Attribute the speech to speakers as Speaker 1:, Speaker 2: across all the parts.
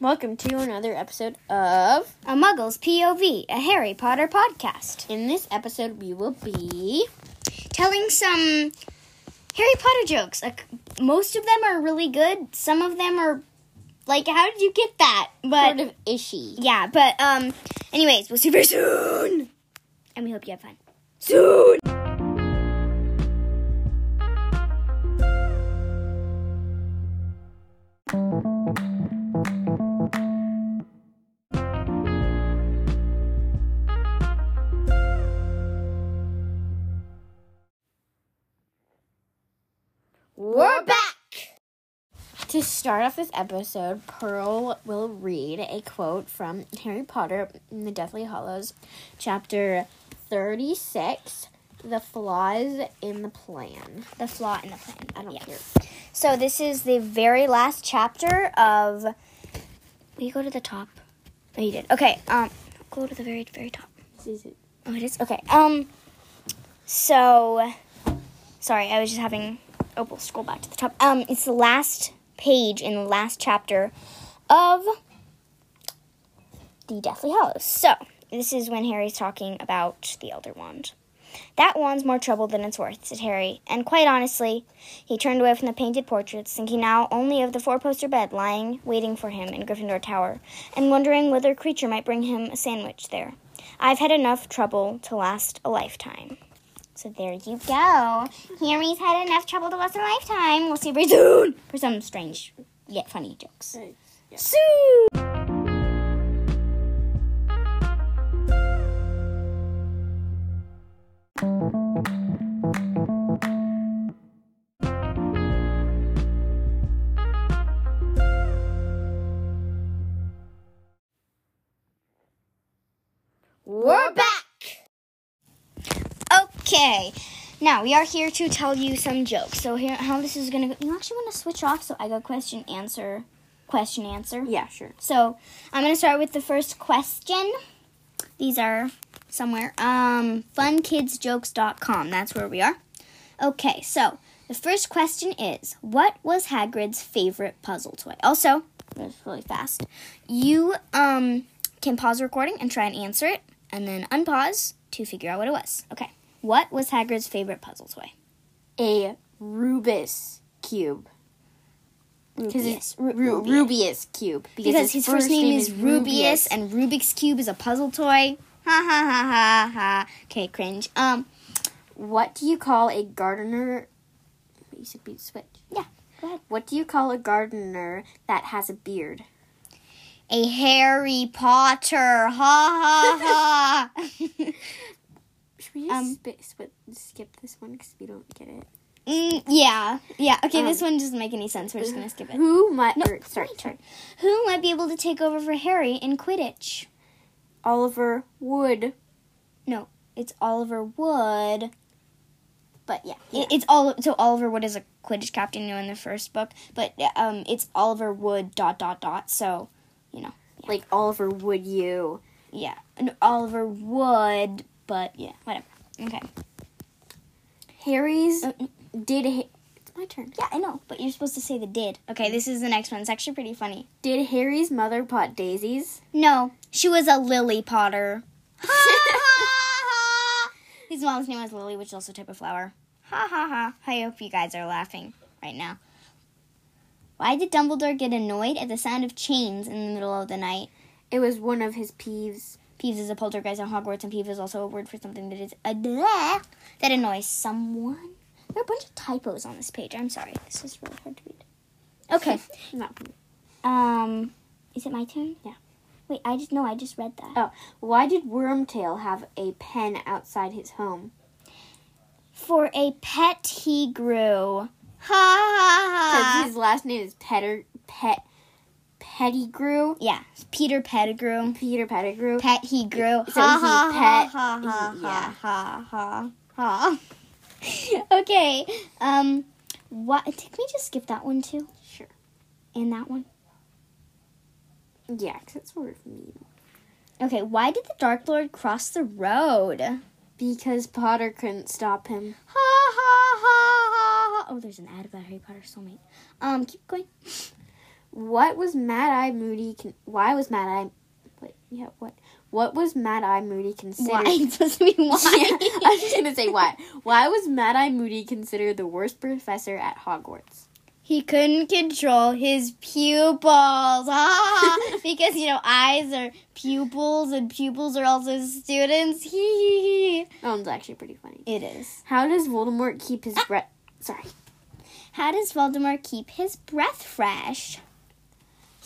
Speaker 1: Welcome to another episode of.
Speaker 2: A Muggle's POV, a Harry Potter podcast.
Speaker 1: In this episode, we will be.
Speaker 2: Telling some Harry Potter jokes. Like, most of them are really good. Some of them are like, how did you get that? But
Speaker 1: Sort of ishy.
Speaker 2: yeah, but um, anyways, we'll see you very soon. And we hope you have fun.
Speaker 1: Soon!
Speaker 2: We're back.
Speaker 1: To start off this episode, Pearl will read a quote from Harry Potter in the Deathly Hollows, chapter 36 The Flaws in the Plan.
Speaker 2: The flaw in the plan.
Speaker 1: I don't
Speaker 2: Yeah.
Speaker 1: care.
Speaker 2: So this is the very last chapter of. Will you go to the top? No, you did. Okay. Um, go to the very, very top.
Speaker 1: This is it.
Speaker 2: Oh, it is? Okay. Um, so, sorry, I was just having Opal scroll back to the top. Um, it's the last page in the last chapter of the Deathly Hallows. So, this is when Harry's talking about the Elder Wand. That wand's more trouble than it's worth, said Harry, and quite honestly, he turned away from the painted portraits, thinking now only of the four poster bed lying waiting for him in Gryffindor Tower, and wondering whether a creature might bring him a sandwich there. I've had enough trouble to last a lifetime. So there you go. Harry's had enough trouble to last a lifetime. We'll see you very soon for some strange yet funny jokes. Soon! We're back! Okay, now we are here to tell you some jokes. So, here, how this is gonna go. You actually wanna switch off so I go question, answer, question, answer.
Speaker 1: Yeah, sure.
Speaker 2: So I'm gonna start with the first question. These are somewhere. Um, funkidsjokes.com. That's where we are. Okay, so the first question is, what was Hagrid's favorite puzzle toy? Also, that's really fast. You um can pause the recording and try and answer it, and then unpause to figure out what it was. Okay. What was Hagrid's favorite puzzle toy?
Speaker 1: A Rubik's Cube. Because it's Ru- Ru- Rubius Cube.
Speaker 2: because his, first, name, is Rubius, and Rubik's cube is a puzzle toy. Ha ha ha ha ha. Okay, cringe. Um,
Speaker 1: What do you call a gardener? You should be switch.
Speaker 2: yeah. Go ahead.
Speaker 1: What do you call a gardener that has a beard?
Speaker 2: A Harry Potter. Ha ha ha.
Speaker 1: Should we just
Speaker 2: Um,
Speaker 1: spi- swi- skip this one because we don't get it?
Speaker 2: Mm, yeah. Yeah. Okay, this
Speaker 1: Um,
Speaker 2: one doesn't make any sense. We're just gonna skip it.
Speaker 1: Who might?
Speaker 2: No,
Speaker 1: or, sorry,
Speaker 2: my
Speaker 1: sorry.
Speaker 2: Who might be able to take over for Harry in Quidditch?
Speaker 1: Oliver Wood.
Speaker 2: No, it's Oliver Wood.
Speaker 1: But yeah,
Speaker 2: It- It's all so Oliver Wood is a Quidditch captain, you know, in the first book, but um, it's Oliver Wood dot dot dot. So, you know,
Speaker 1: like Oliver Would you?
Speaker 2: Yeah, and Oliver Wood, but yeah, whatever. Okay.
Speaker 1: Harry's
Speaker 2: Uh,
Speaker 1: did. Ha- it's my turn.
Speaker 2: Yeah, I know, but you're supposed to say the did. Okay, this is the next one. It's actually pretty funny.
Speaker 1: Did Harry's mother pot daisies?
Speaker 2: No, she was a Lily Potter. Ha ha ha! His mom's name was Lily, which is also a type of flower. Ha ha ha! I hope you guys are laughing right now. Why did Dumbledore get annoyed at the sound of chains in the middle of the night?
Speaker 1: It was one of his peeves.
Speaker 2: Peeves is a poltergeist in Hogwarts, and peeve is also a word for something that is a bleh, that annoys someone. There are a bunch of typos on this page. I'm sorry. This is really hard to read. Okay.
Speaker 1: Not.
Speaker 2: um, is it my turn?
Speaker 1: Yeah.
Speaker 2: Wait, I just no. I just read that.
Speaker 1: Oh, why did Wormtail have a pen outside his home?
Speaker 2: For a pet he grew. Ha ha Ah.
Speaker 1: Because his last name is Petter Pet Pettigrew.
Speaker 2: Yeah, Peter Pettigrew.
Speaker 1: Peter Pettigrew.
Speaker 2: Pet he grew.
Speaker 1: So
Speaker 2: ha,
Speaker 1: he
Speaker 2: ha,
Speaker 1: pet-
Speaker 2: Ha ha
Speaker 1: he- yeah.
Speaker 2: ha ha ha ha. okay. Um, what? Can we just skip that one too?
Speaker 1: sure.
Speaker 2: And that one.
Speaker 1: Yeah, because it's sort of mean.
Speaker 2: Okay, why did the Dark Lord cross the road? Ha
Speaker 1: Because Potter couldn't stop him.
Speaker 2: ha ha ha ha. Oh, there's an ad about Harry Potter soulmate. Um, keep going.
Speaker 1: What was Mad Eye Moody? Con- why was Mad Eye? Wait, yeah, what? What was Mad Eye Moody considered?
Speaker 3: supposed to be
Speaker 1: Yeah, I was just gonna say why. Why was Mad Eye Moody considered the worst professor at Hogwarts?
Speaker 2: He couldn't control his pupils. Ah, because, you know, eyes are pupils and pupils are also students. Hee hee
Speaker 1: That one's actually pretty funny.
Speaker 2: hee. It is.
Speaker 1: How does Voldemort keep his breath? Sorry,
Speaker 2: How does Voldemort keep his breath fresh?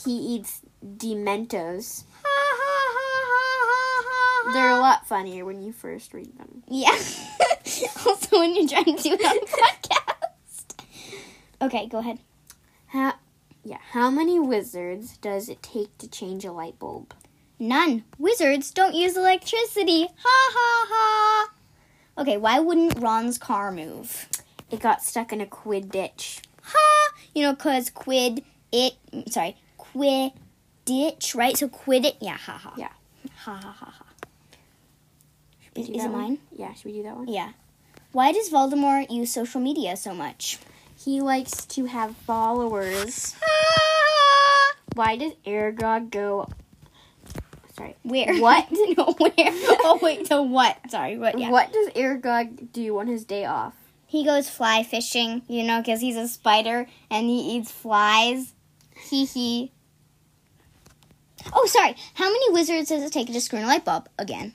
Speaker 1: he eats Dementos.
Speaker 2: Ha ha ha ha ha ha.
Speaker 1: They're a lot funnier when you first read them.
Speaker 2: Yeah. also, when you're trying to do it on a podcast. Okay, go ahead.
Speaker 1: How? Yeah. How many wizards does it take to change a light bulb?
Speaker 2: None. Wizards don't use electricity. Ha ha ha. Okay, why wouldn't Ron's car move?
Speaker 1: It got stuck in a quid ditch.
Speaker 2: Ha! You know, cause quid it. mm, Sorry, quid ditch. Right. So quid it. Yeah. Ha ha.
Speaker 1: Yeah.
Speaker 2: Ha ha ha ha.
Speaker 1: Should we
Speaker 2: Is-
Speaker 1: do
Speaker 2: is
Speaker 1: that
Speaker 2: it
Speaker 1: one?
Speaker 2: mine?
Speaker 1: Yeah. Should we do that one?
Speaker 2: Yeah. Why does Voldemort use social media so much?
Speaker 1: He likes to have followers. Why does Aragog go? Sorry.
Speaker 2: Where?
Speaker 1: What?
Speaker 2: no, where? Oh wait. So what? Sorry. What? Yeah.
Speaker 1: What does Aragog do on his day off?
Speaker 2: He goes fly fishing. You know, cause he's a spider and he eats flies. Hee hee. Oh, sorry. How many wizards does it take to screw in a light bulb again?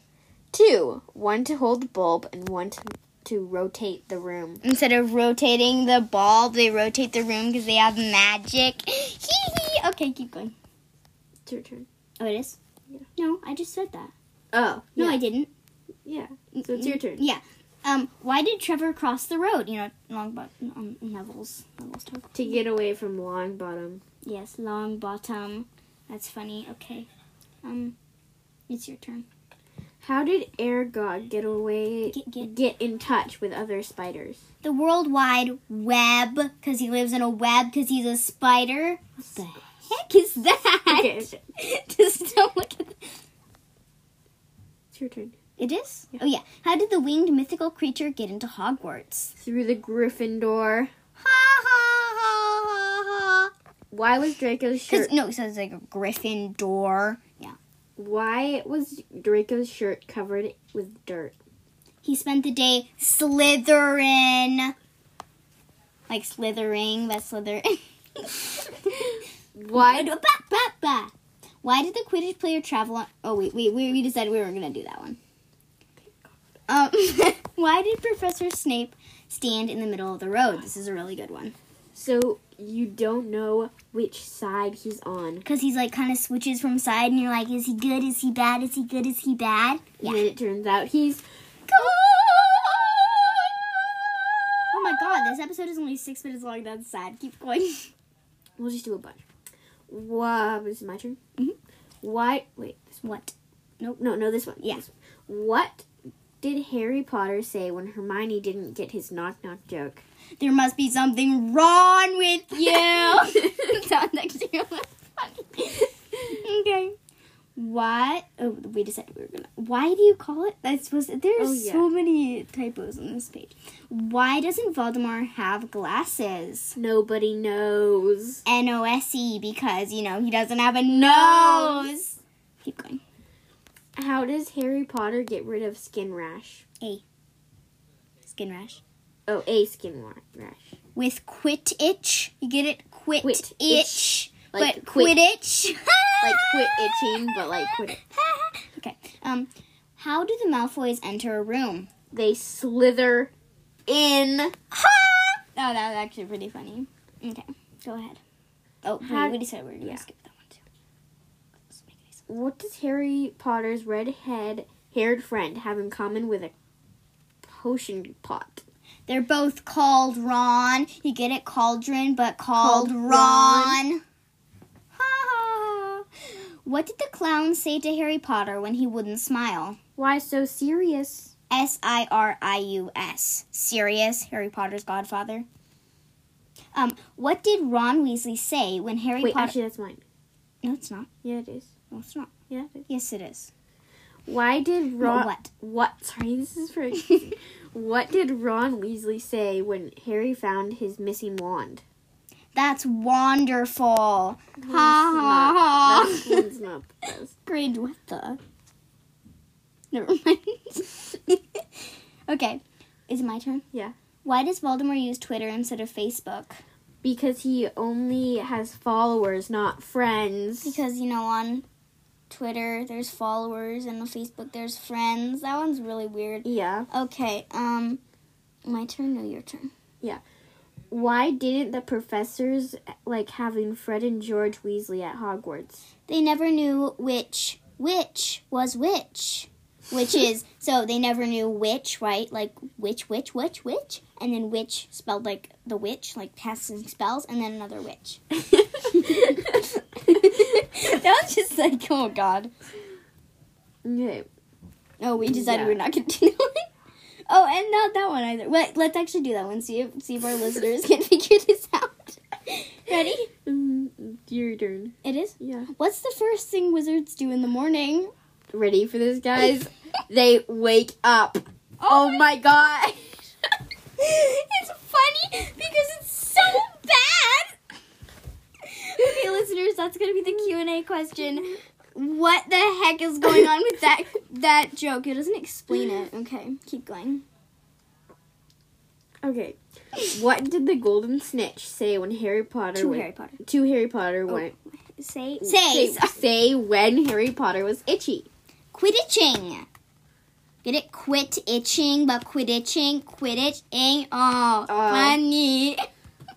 Speaker 1: Two. One to hold the bulb and one to, to rotate the room.
Speaker 2: instead of rotating the bulb, they rotate the room because they have magic. Hee hee. Okay, keep going.
Speaker 1: It's your turn.
Speaker 2: Oh, it is. No, I just said that.
Speaker 1: Oh.
Speaker 2: No,
Speaker 1: yeah.
Speaker 2: I didn't.
Speaker 1: Yeah. So it's your turn.
Speaker 2: Yeah. Um, why did Trevor cross the road? You know, long but um, Neville's Neville's talk.
Speaker 1: To get away from Longbottom.
Speaker 2: Yes, long bottom. That's funny. Okay. Um, it's your turn.
Speaker 1: How did Aragog get away?
Speaker 2: Get- get-
Speaker 1: in touch with other spiders.
Speaker 2: The World Wide Web, because he lives in a web, because he's a spider. What the heck is that?
Speaker 1: Okay, it's
Speaker 2: Just don't look at
Speaker 1: it's your turn.
Speaker 2: It is? Oh, yeah. How did the winged mythical creature get into Hogwarts?
Speaker 1: Through the Gryffindor.
Speaker 2: Ha ha ha ha ha.
Speaker 1: Why was Draco's shirt?
Speaker 2: Because, no, so it's like a griffin door. Yeah.
Speaker 1: Why was Draco's shirt covered with dirt?
Speaker 2: He spent the day slithering. Like slithering, but slither.
Speaker 1: Why?
Speaker 2: Ba, ba, ba. Why did the Quidditch player travel on. Oh, wait, wait, we, we decided we weren't going to do that one. Um, why did Professor Snape stand in the middle of the road? This is a really good one.
Speaker 1: So you don't know which side he's on.
Speaker 2: because he's like kind of switches from side, and you're like, is he good? Is he bad? Is he good? Is he bad?
Speaker 1: And then it turns out he's.
Speaker 2: Oh my god, this episode is only six minutes long. That's sad. Keep going.
Speaker 1: We'll just do a bunch. What? This is my turn.
Speaker 2: Mhm.
Speaker 1: Why? Wait. This one.
Speaker 2: What?
Speaker 1: No, no, this one.
Speaker 2: Yeah.
Speaker 1: This one. What did Harry Potter say when Hermione didn't get his knock knock joke?
Speaker 2: There must be something wrong with you. Sounds actually really funny. okay. What? Oh, we decided we were gonna. Why do you call it? That's supposed. To, there's
Speaker 1: Oh, yeah.
Speaker 2: so many typos on this page. Why doesn't Voldemort have glasses?
Speaker 1: Nobody knows.
Speaker 2: N-O-S-E E, because, you know, he doesn't have a nose. Keep going.
Speaker 1: How does Harry Potter get rid of skin rash?
Speaker 2: Skin rash.
Speaker 1: Oh, a skin wa- rash.
Speaker 2: With quit itch. You get it? Quit,
Speaker 1: Quit
Speaker 2: itch.
Speaker 1: Like
Speaker 2: but
Speaker 1: quit-
Speaker 2: quit itch.
Speaker 1: Like quit itching, but like quit.
Speaker 2: okay. Um, how do the Malfoys enter a room?
Speaker 1: They slither in.
Speaker 2: Oh, that was actually pretty funny. Okay, go ahead. Oh, wait,
Speaker 1: How-
Speaker 2: we decided we were going to
Speaker 1: yeah.
Speaker 2: skip that one too. Let's make it easy.
Speaker 1: What does Harry Potter's red-haired haired friend have in common with a potion pot?
Speaker 2: They're both called Ron. You get it, cauldron, but called,
Speaker 1: Called
Speaker 2: Ron.
Speaker 1: Ron.
Speaker 2: Ha ha. What did the clown say to Harry Potter when he wouldn't smile?
Speaker 1: Why so serious?
Speaker 2: S I R I U S. Sirius, Harry Potter's godfather. Um, what did Ron Weasley say when Harry
Speaker 1: Wait,
Speaker 2: Potter?
Speaker 1: actually, that's mine.
Speaker 2: no, it's not.
Speaker 1: Yeah, it is.
Speaker 2: No, it's not.
Speaker 1: Yeah, it is.
Speaker 2: Yes, it is.
Speaker 1: Why did Ron?
Speaker 2: what?
Speaker 1: What? Sorry, this is for. what did Ron Weasley say when Harry found his missing wand?
Speaker 2: That's wonderful. Ha ha
Speaker 1: not-
Speaker 2: ha.
Speaker 1: That one's not the best.
Speaker 2: Grade what the? Never mind. okay, is it my turn?
Speaker 1: Yeah.
Speaker 2: Why does Voldemort use Twitter instead of Facebook?
Speaker 1: Because he only has followers, not friends.
Speaker 3: Because you know on Twitter there's followers and on Facebook there's friends. That one's really weird.
Speaker 1: yeah.
Speaker 3: Okay, um my turn, no your turn.
Speaker 1: Why didn't the professors like having Fred and George Weasley at Hogwarts?
Speaker 3: They never knew which which was which.
Speaker 2: Which is so they never knew which, right? Like which, which, which, which, and then which spelled like the witch, like casting spells, and then another witch. that was just like, oh god.
Speaker 1: Okay.
Speaker 2: Oh, we decided
Speaker 1: Yeah.
Speaker 2: we're not gonna do that one. Oh, and not that one either. Wait, let's actually do that one. See if see if our listeners can figure this out. Ready?
Speaker 1: Mm, your turn.
Speaker 2: It is.
Speaker 1: Yeah.
Speaker 2: What's the first thing wizards do in the morning?
Speaker 1: Ready for this, guys? they wake up. Oh, my god.
Speaker 2: it's funny because it's so bad. Okay, listeners, that's gonna be the Q and A question. What the heck is going on with that that joke? It doesn't explain it. Okay, keep going.
Speaker 1: Okay. What did the golden snitch say when Harry Oh. Potter
Speaker 2: To
Speaker 1: went
Speaker 2: Harry Potter.
Speaker 1: to Harry Potter when
Speaker 3: Say
Speaker 2: Say,
Speaker 1: say, say when Harry Potter was itchy?
Speaker 2: quit itching. Get it? Quit itching, but quit itching, quit itching. Oh, funny.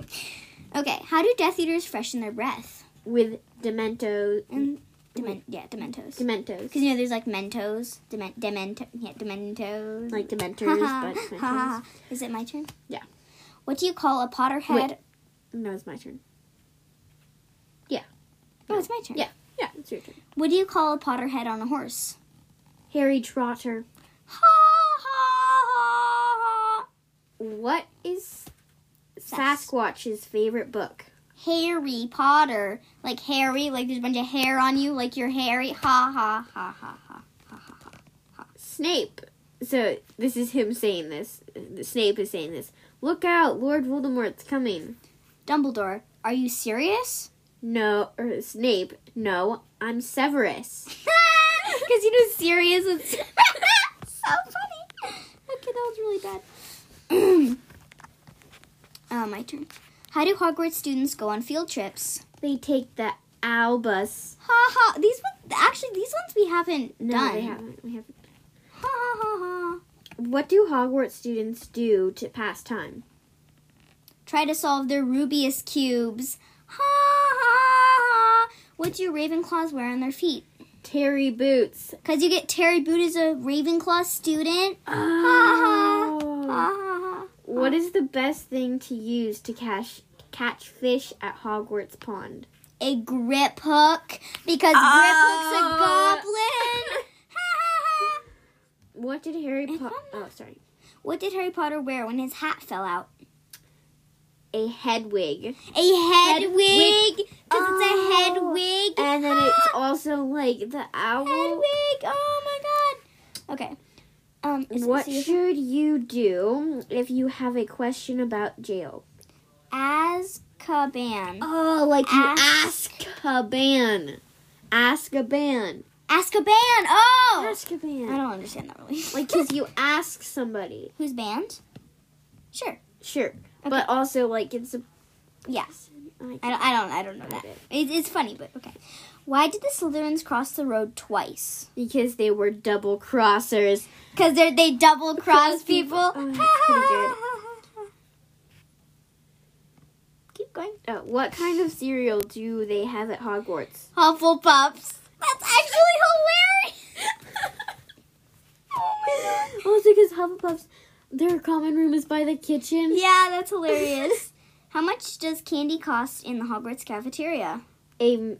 Speaker 2: okay, how do Death Eaters freshen their breath?
Speaker 1: with Demento
Speaker 2: And Demen- yeah, Dementos.
Speaker 1: Dementos,
Speaker 2: Because you know, there's like Mentos, Dement, Demento, yeah, Dementos.
Speaker 1: like Dementors,
Speaker 2: Ha
Speaker 1: but
Speaker 2: ha,
Speaker 1: Dementors.
Speaker 2: ha. Is it my turn?
Speaker 1: Yeah.
Speaker 2: What do you call a Potterhead?
Speaker 1: Wait. No, it's my turn.
Speaker 2: Oh, it's my turn.
Speaker 1: Yeah. Yeah, it's your turn.
Speaker 2: What do you call a Potterhead on a horse?
Speaker 1: Harry Trotter.
Speaker 2: Ha ha ha.
Speaker 1: What is
Speaker 2: Sas-
Speaker 1: Sasquatch's favorite book?
Speaker 2: Harry Potter. Like Harry, like there's a bunch of hair on you, like you're Harry. Ha ha ha ha ha.
Speaker 1: Snape. So this is him saying this. Snape is saying this. Look out, Lord Voldemort's coming.
Speaker 2: Dumbledore, are you serious?
Speaker 1: No, or Snape. No, I'm Severus.
Speaker 2: Because you know, serious is so funny. Okay, that was really bad. uh, my turn. How do Hogwarts students go on field trips?
Speaker 1: They take the owl bus.
Speaker 2: Ha ha. These ones, actually, these ones we haven't
Speaker 1: No,
Speaker 2: done.
Speaker 1: they haven't. We haven't.
Speaker 2: Ha ha ha ha.
Speaker 1: What do Hogwarts students do to pass time?
Speaker 2: Try to solve their Rubius cubes. Ha ha ha. What do Ravenclaws wear on their feet?
Speaker 1: Terry Boots.
Speaker 2: Because you get Terry Boot as a Ravenclaw student.
Speaker 1: Oh.
Speaker 2: Ha ha ha.
Speaker 1: What is the best thing to use to catch catch fish at Hogwarts Pond?
Speaker 2: a grip hook because
Speaker 1: Ah.
Speaker 2: grip hook's a
Speaker 1: What did Harry
Speaker 2: If
Speaker 1: Potter?
Speaker 2: I'm
Speaker 1: Oh, sorry.
Speaker 2: goblin. what did Harry Potter wear when his hat fell out?
Speaker 1: A headwig,
Speaker 2: A head,
Speaker 1: Head
Speaker 2: wig because it's a head
Speaker 1: Oh.
Speaker 2: wig.
Speaker 1: and then it's
Speaker 2: Ah,
Speaker 1: also like the owl.
Speaker 2: head wig. Oh my god. Okay. Um. Is
Speaker 1: What
Speaker 2: It,
Speaker 1: should you do if you have a question about jail?
Speaker 3: Azkaban.
Speaker 1: Oh, like
Speaker 3: you
Speaker 1: Azkaban. Azkaban.
Speaker 2: Azkaban. Oh.
Speaker 3: I
Speaker 1: Azkaban.
Speaker 3: don't understand that really.
Speaker 1: Like, because you ask somebody.
Speaker 2: Who's banned? Sure.
Speaker 1: Sure. But also, like, it's a.
Speaker 2: Yes.
Speaker 1: Like,
Speaker 2: I don't. I don't. I don't know that. It, it's funny, but okay. Why did the Slytherins cross the road twice?
Speaker 1: because they were double crossers.
Speaker 2: Because they they double cross people.
Speaker 1: Oh, that's pretty good.
Speaker 2: Keep going.
Speaker 1: Uh, what kind of cereal do they have at Hogwarts?
Speaker 2: Hufflepuffs. That's actually hilarious. oh my god.
Speaker 1: Also, because Hufflepuffs, their common room is by the kitchen.
Speaker 2: Yeah, that's hilarious. How much does candy cost in the Hogwarts cafeteria?
Speaker 1: A. m-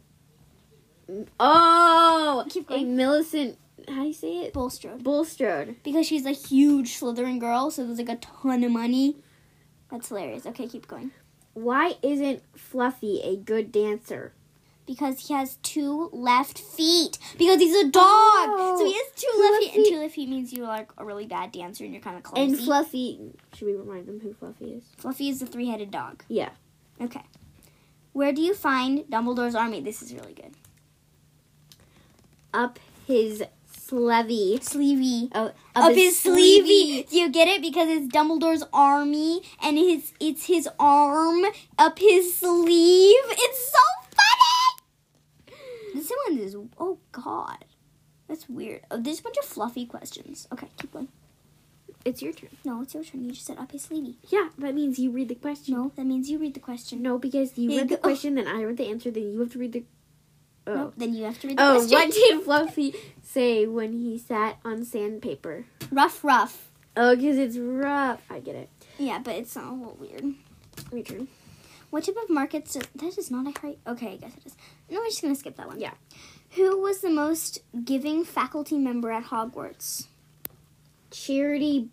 Speaker 1: Oh!
Speaker 2: Keep
Speaker 1: A
Speaker 2: going.
Speaker 1: Millicent. How do you say it?
Speaker 2: Bulstrode.
Speaker 1: Bulstrode.
Speaker 2: Because she's a huge Slytherin girl, so there's like a ton of money. That's hilarious. Okay, keep going.
Speaker 1: Why isn't Fluffy a good dancer?
Speaker 2: Because he has two left feet. Because he's a dog.
Speaker 1: Oh,
Speaker 2: so he has two,
Speaker 1: two
Speaker 2: left
Speaker 1: left
Speaker 2: feet. And
Speaker 1: feet.
Speaker 2: two left feet means you're like a really bad dancer and you're kind of clumsy.
Speaker 1: And Fluffy. Should we remind them who Fluffy is?
Speaker 2: Fluffy is a three headed dog.
Speaker 1: Yeah.
Speaker 2: Okay. Where do you find Dumbledore's army? This is really good.
Speaker 1: Up his slevy.
Speaker 2: Sleevey.
Speaker 1: Oh, up,
Speaker 2: Up, his sleevey. Do you get it? Because it's Dumbledore's army and his it's his arm up his sleeve. It's so funny. This one is oh god. That's weird. Oh, there's a bunch of fluffy questions. Okay, keep going.
Speaker 1: It's your turn.
Speaker 2: No, it's your turn. You just said up his sleevey.
Speaker 1: Yeah, that means you read the question.
Speaker 2: No, that means you read the question.
Speaker 1: No, because you
Speaker 2: Yeah,
Speaker 1: read the
Speaker 2: go-
Speaker 1: question, then I read the answer, then you have to read the. Oh.
Speaker 2: No, then you have to read the
Speaker 1: Oh,
Speaker 2: question.
Speaker 1: what did Fluffy say when he sat on sandpaper?
Speaker 2: Rough, rough.
Speaker 1: Oh, because it's rough. I get it.
Speaker 2: Yeah, but it's not a little weird.
Speaker 1: Your turn.
Speaker 2: What type of markets? Do, that is not a right. Okay, I guess it is. No, we're just gonna skip that one.
Speaker 1: Yeah.
Speaker 2: Who was the most giving faculty member at Hogwarts?
Speaker 1: Charity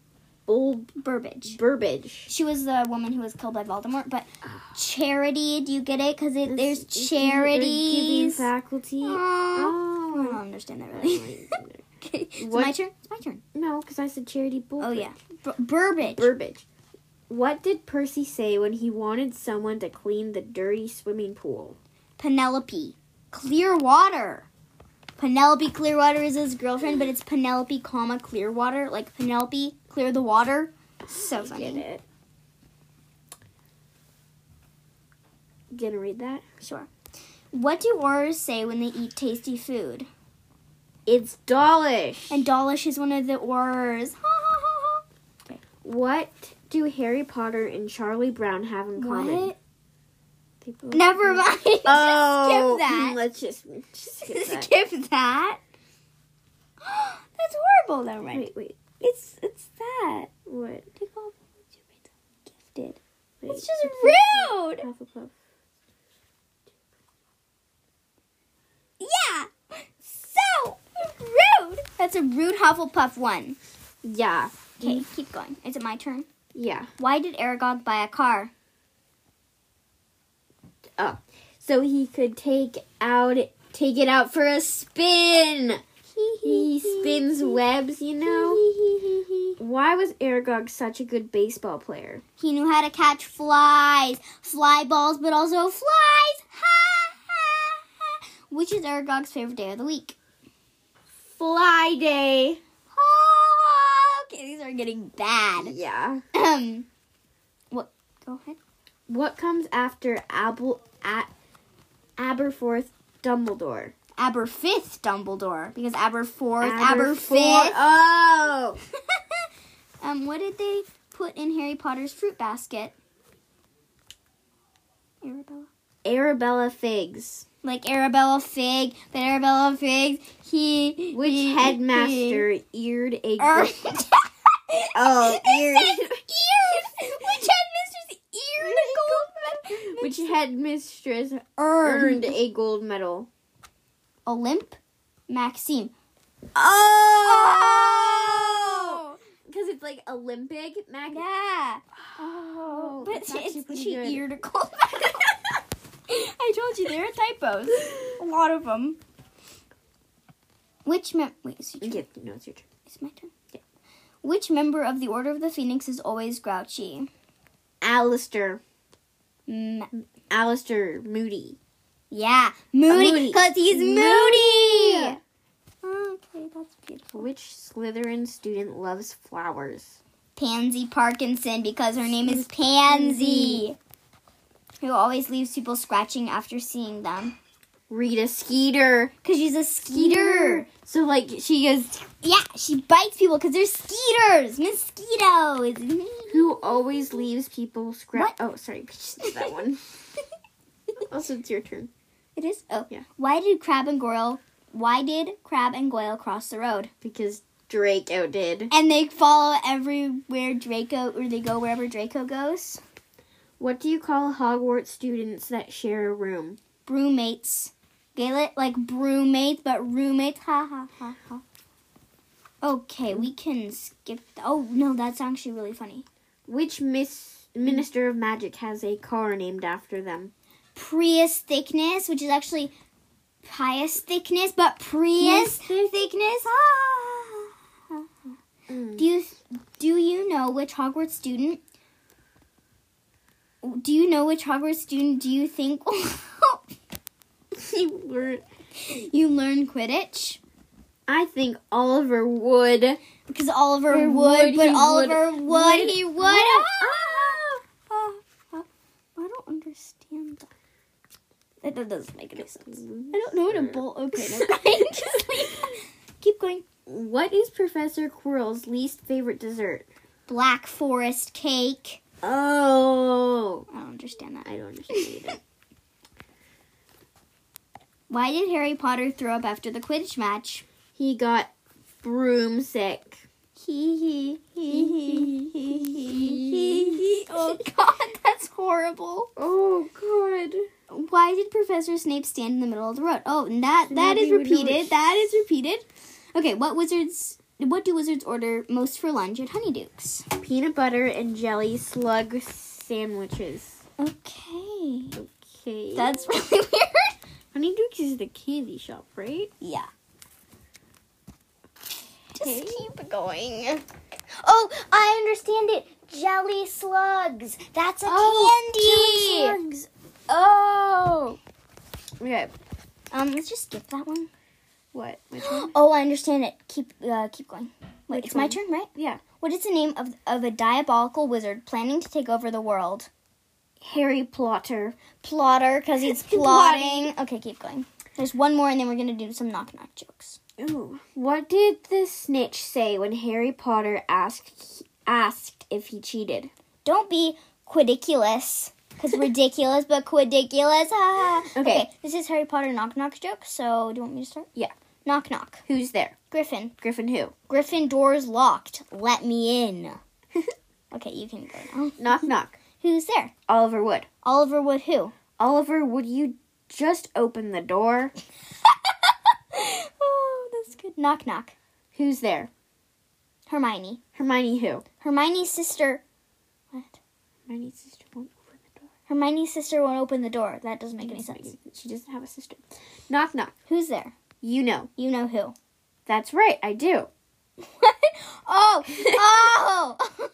Speaker 1: Bulb
Speaker 2: Burbage.
Speaker 1: Burbage.
Speaker 2: She was the woman who was killed by Voldemort. But
Speaker 1: Ah.
Speaker 2: charity, do you get it? Because it, there's
Speaker 1: It's- it's giving- or Giving
Speaker 2: charities.
Speaker 1: faculty.
Speaker 2: Aw. I don't
Speaker 1: Oh.
Speaker 2: understand that really. okay, so
Speaker 1: What-
Speaker 2: my turn. It's my turn.
Speaker 1: no, because I said Charity Bulb.
Speaker 2: Oh yeah, Bur- Burbage.
Speaker 1: Burbage. What did Percy say when he wanted someone to clean the dirty swimming pool?
Speaker 2: Penelope Clearwater. Penelope Clearwater is his girlfriend, but it's Penelope, comma Clearwater, like Penelope clear the water. So
Speaker 1: Get
Speaker 2: funny.
Speaker 1: it. Gonna read that?
Speaker 2: Sure. What do Aurors say when they eat tasty food?
Speaker 1: It's dollish.
Speaker 2: And Dawlish is one of the Aurors. Ha, ha, ha,
Speaker 1: What do Harry Potter and Charlie Brown have in
Speaker 2: ha.
Speaker 1: common?
Speaker 2: What?
Speaker 1: They both-
Speaker 2: Never mind. Just
Speaker 1: Oh,
Speaker 2: skip that.
Speaker 1: Let's just, just skip that.
Speaker 2: skip that. That's horrible. Never mind.
Speaker 1: Wait, wait.
Speaker 2: It's it's that.
Speaker 1: What?
Speaker 2: Take off. Gifted.
Speaker 1: Wait.
Speaker 2: It's just rude.
Speaker 1: Puff, puff, puff.
Speaker 2: Yeah, so rude. That's a rude Hufflepuff one.
Speaker 1: Yeah.
Speaker 2: Okay,
Speaker 1: Hmm.
Speaker 2: keep going. Is it my turn?
Speaker 1: Yeah.
Speaker 2: Why did Aragog buy a car?
Speaker 1: Oh. So he could take out take it out for a spin. He spins webs, you know. Why was Aragog such a good baseball player?
Speaker 2: He knew how to catch flies, fly balls, but also flies. Ha ha ha. Which is Aragog's favorite day of the week?
Speaker 1: Fly day.
Speaker 2: Oh, okay, these are getting bad.
Speaker 1: Yeah.
Speaker 2: Um, what? Go ahead.
Speaker 1: What comes after Abel at Aberforth Dumbledore?
Speaker 2: Aberfifth Dumbledore, because Aberforth,
Speaker 1: Aberforth-
Speaker 2: Aberfifth.
Speaker 1: Oh.
Speaker 2: um, what did they put in Harry Potter's fruit basket? Arabella.
Speaker 1: Arabella figs.
Speaker 2: Like Arabella Fig, but Arabella Fig, he.
Speaker 1: Which
Speaker 2: he-
Speaker 1: headmaster eared a
Speaker 2: Er-
Speaker 1: gr- Oh, eared.
Speaker 2: It says eared. Which headmistress eared a gold medal?
Speaker 1: Which headmistress
Speaker 2: earned
Speaker 1: earned a gold medal?
Speaker 2: Olymp Maxime?
Speaker 1: Oh! Because it's like Olympic mag.
Speaker 2: Yeah.
Speaker 1: Oh,
Speaker 2: But
Speaker 1: that's actually
Speaker 2: it's
Speaker 1: pretty
Speaker 2: she
Speaker 1: good.
Speaker 2: eared a gold medal. I told you there are typos. A lot of them. Which mem- wait, is it your-
Speaker 1: Yeah, no, it's your turn.
Speaker 2: is it my turn? Yeah. Which member of the Order of the Phoenix is always grouchy?
Speaker 1: Alistair.
Speaker 2: M-
Speaker 1: Alistair Moody.
Speaker 2: yeah, moody,
Speaker 1: Moody.
Speaker 2: because he's moody.
Speaker 1: Moody.
Speaker 2: Okay, that's beautiful.
Speaker 1: Which Slytherin student loves flowers?
Speaker 2: Pansy Parkinson, because her name is Pansy. Who always leaves people scratching after seeing them.
Speaker 1: Rita Skeeter.
Speaker 2: Because she's a skeeter.
Speaker 1: So, like, she goes,
Speaker 2: Yeah, she bites people because they're skeeters, mosquitoes.
Speaker 1: who always leaves people scrap? Oh, sorry, just did that one. also, it's your turn.
Speaker 2: It is. Oh,
Speaker 1: Yeah.
Speaker 2: Why did Crab and Goyle? Why did Crab and Goyle cross the road?
Speaker 1: Because Draco did.
Speaker 2: And they follow everywhere Draco, or they go wherever Draco goes.
Speaker 1: What do you call Hogwarts students that share a room?
Speaker 2: Broommates. Get it? Like broommates, but roommates. Ha ha ha ha. Okay, we can skip. th- oh no, that's actually really funny.
Speaker 1: Which miss, Minister of Magic has a car named after them?
Speaker 2: Prius thickness, which is actually pious thickness, but Prius thickness. Ah.
Speaker 4: Mm.
Speaker 2: Do you do you know which Hogwarts student
Speaker 4: do you know which Hogwarts student do you think you learn you learn Quidditch?
Speaker 1: I think Oliver would.
Speaker 4: Because Oliver
Speaker 1: Or
Speaker 4: would,
Speaker 1: would
Speaker 4: but
Speaker 1: he
Speaker 4: Oliver would,
Speaker 1: would- Ah,
Speaker 4: he would.
Speaker 1: I don't understand that.
Speaker 4: That, that doesn't make any sense.
Speaker 1: I
Speaker 4: I don't know what a bowl. Okay, never mind. Just leave. Keep going.
Speaker 1: What is Professor Quirrell's least favorite dessert?
Speaker 4: Black forest cake.
Speaker 1: Oh,
Speaker 4: I don't understand that.
Speaker 1: I don't understand either.
Speaker 4: Why did Harry Potter throw up after the Quidditch match?
Speaker 1: he got broomsick.
Speaker 4: Hee hee hee hee hee hee hee hee. Oh God, that's horrible.
Speaker 1: Oh, God.
Speaker 4: Why did Professor Snape stand in the middle of the road? Oh, and that that is
Speaker 1: Snappy would know
Speaker 4: repeated.
Speaker 1: it.
Speaker 4: That is repeated. Okay, what wizards? What do wizards order most for lunch at Honeydukes?
Speaker 1: Peanut butter and jelly slug sandwiches.
Speaker 4: Okay,
Speaker 1: Okay.
Speaker 4: that's really weird.
Speaker 1: Honeydukes is the candy shop, right?
Speaker 4: Yeah.
Speaker 2: Just keep going. Oh, I understand it. Jelly slugs. That's a candy.
Speaker 1: Oh, slugs. Oh. Okay.
Speaker 2: Um, let's just skip that one.
Speaker 1: What? Which one?
Speaker 2: Oh, I understand it. Keep uh, keep going. Wait,
Speaker 1: Which
Speaker 2: it's my
Speaker 1: one?
Speaker 2: turn, right?
Speaker 1: Yeah.
Speaker 2: What is the name of of a diabolical wizard planning to take over the world?
Speaker 1: Harry Plotter.
Speaker 2: Plotter, because he's plotting. Okay, keep going. There's one more, and then we're gonna do some knock knock jokes.
Speaker 1: Ooh. What did the snitch say when Harry Potter asked asked if he cheated?
Speaker 2: Don't be quidiculous, because ridiculous, but quidiculous. Ah.
Speaker 1: Okay.
Speaker 2: this is Harry Potter knock knock joke. So, do you want me to start?
Speaker 1: Yeah.
Speaker 2: Knock knock.
Speaker 1: Who's there?
Speaker 2: Griffin.
Speaker 1: Griffin who?
Speaker 2: Griffin door's locked. Let me in. okay, you can go now.
Speaker 1: Knock knock.
Speaker 2: Who's there?
Speaker 1: Oliver Wood.
Speaker 2: Oliver Wood. Who?
Speaker 1: Oliver, would you just open the door?
Speaker 2: oh, that's good. Knock knock.
Speaker 1: Who's there?
Speaker 2: Hermione.
Speaker 1: Hermione who?
Speaker 2: Hermione's sister. What?
Speaker 1: Hermione's sister won't open the door.
Speaker 2: Hermione's sister won't open the door. That doesn't make any sense.
Speaker 1: She doesn't have a sister. Knock knock.
Speaker 2: Who's there?
Speaker 1: You know.
Speaker 2: You know who.
Speaker 1: That's right, I do.
Speaker 2: Oh! Oh!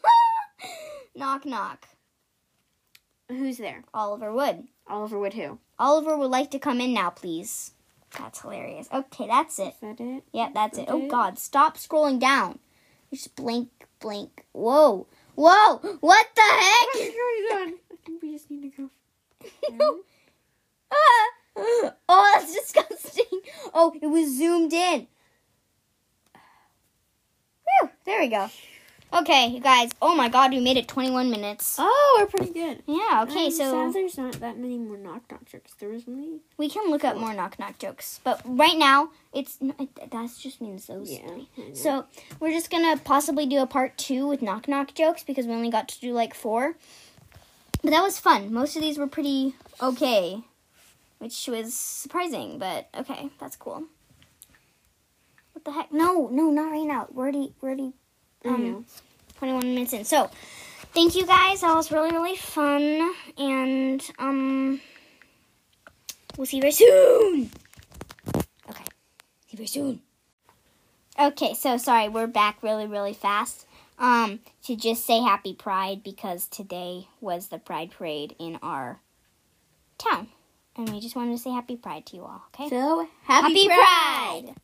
Speaker 2: knock knock.
Speaker 1: Who's there?
Speaker 2: Oliver Wood.
Speaker 1: Oliver Wood who?
Speaker 2: Oliver would like to come in now, please. That's hilarious. Okay, that's it.
Speaker 1: Is that it?
Speaker 2: Yeah, that's it. Oh
Speaker 1: Okay.
Speaker 2: God, stop scrolling down. You just blink, blink. Whoa, whoa! What the heck?
Speaker 1: going on? I think we just need to go.
Speaker 2: Ah! oh, that's disgusting. Oh, it was zoomed in. Whew, there we go. Okay, you guys. Oh my God, we made it 21 minutes.
Speaker 1: Oh, we're pretty good.
Speaker 2: Yeah. Okay,
Speaker 1: Um,
Speaker 2: so
Speaker 1: sad there's not that many more knock knock jokes. There was many.
Speaker 2: we can look up more knock knock jokes, but right now it's n- it- that just means those three.
Speaker 1: Mm-hmm.
Speaker 2: So we're just gonna possibly do a part two with knock knock jokes because we only got to do like four. But that was fun. Most of these were pretty okay, which was surprising. But okay, that's cool. What the heck? No, no, not right now. We're already we're already
Speaker 1: Mm-hmm.
Speaker 2: um, twenty one minutes in. So thank you guys. That was really really fun, and um, we'll see you very soon. Okay, see you very soon. Okay, so sorry, we're back really, really fast. Um, to just say happy pride because today was the pride parade in our town. And we just wanted to say happy pride to you all, okay?
Speaker 1: so
Speaker 2: happy pride!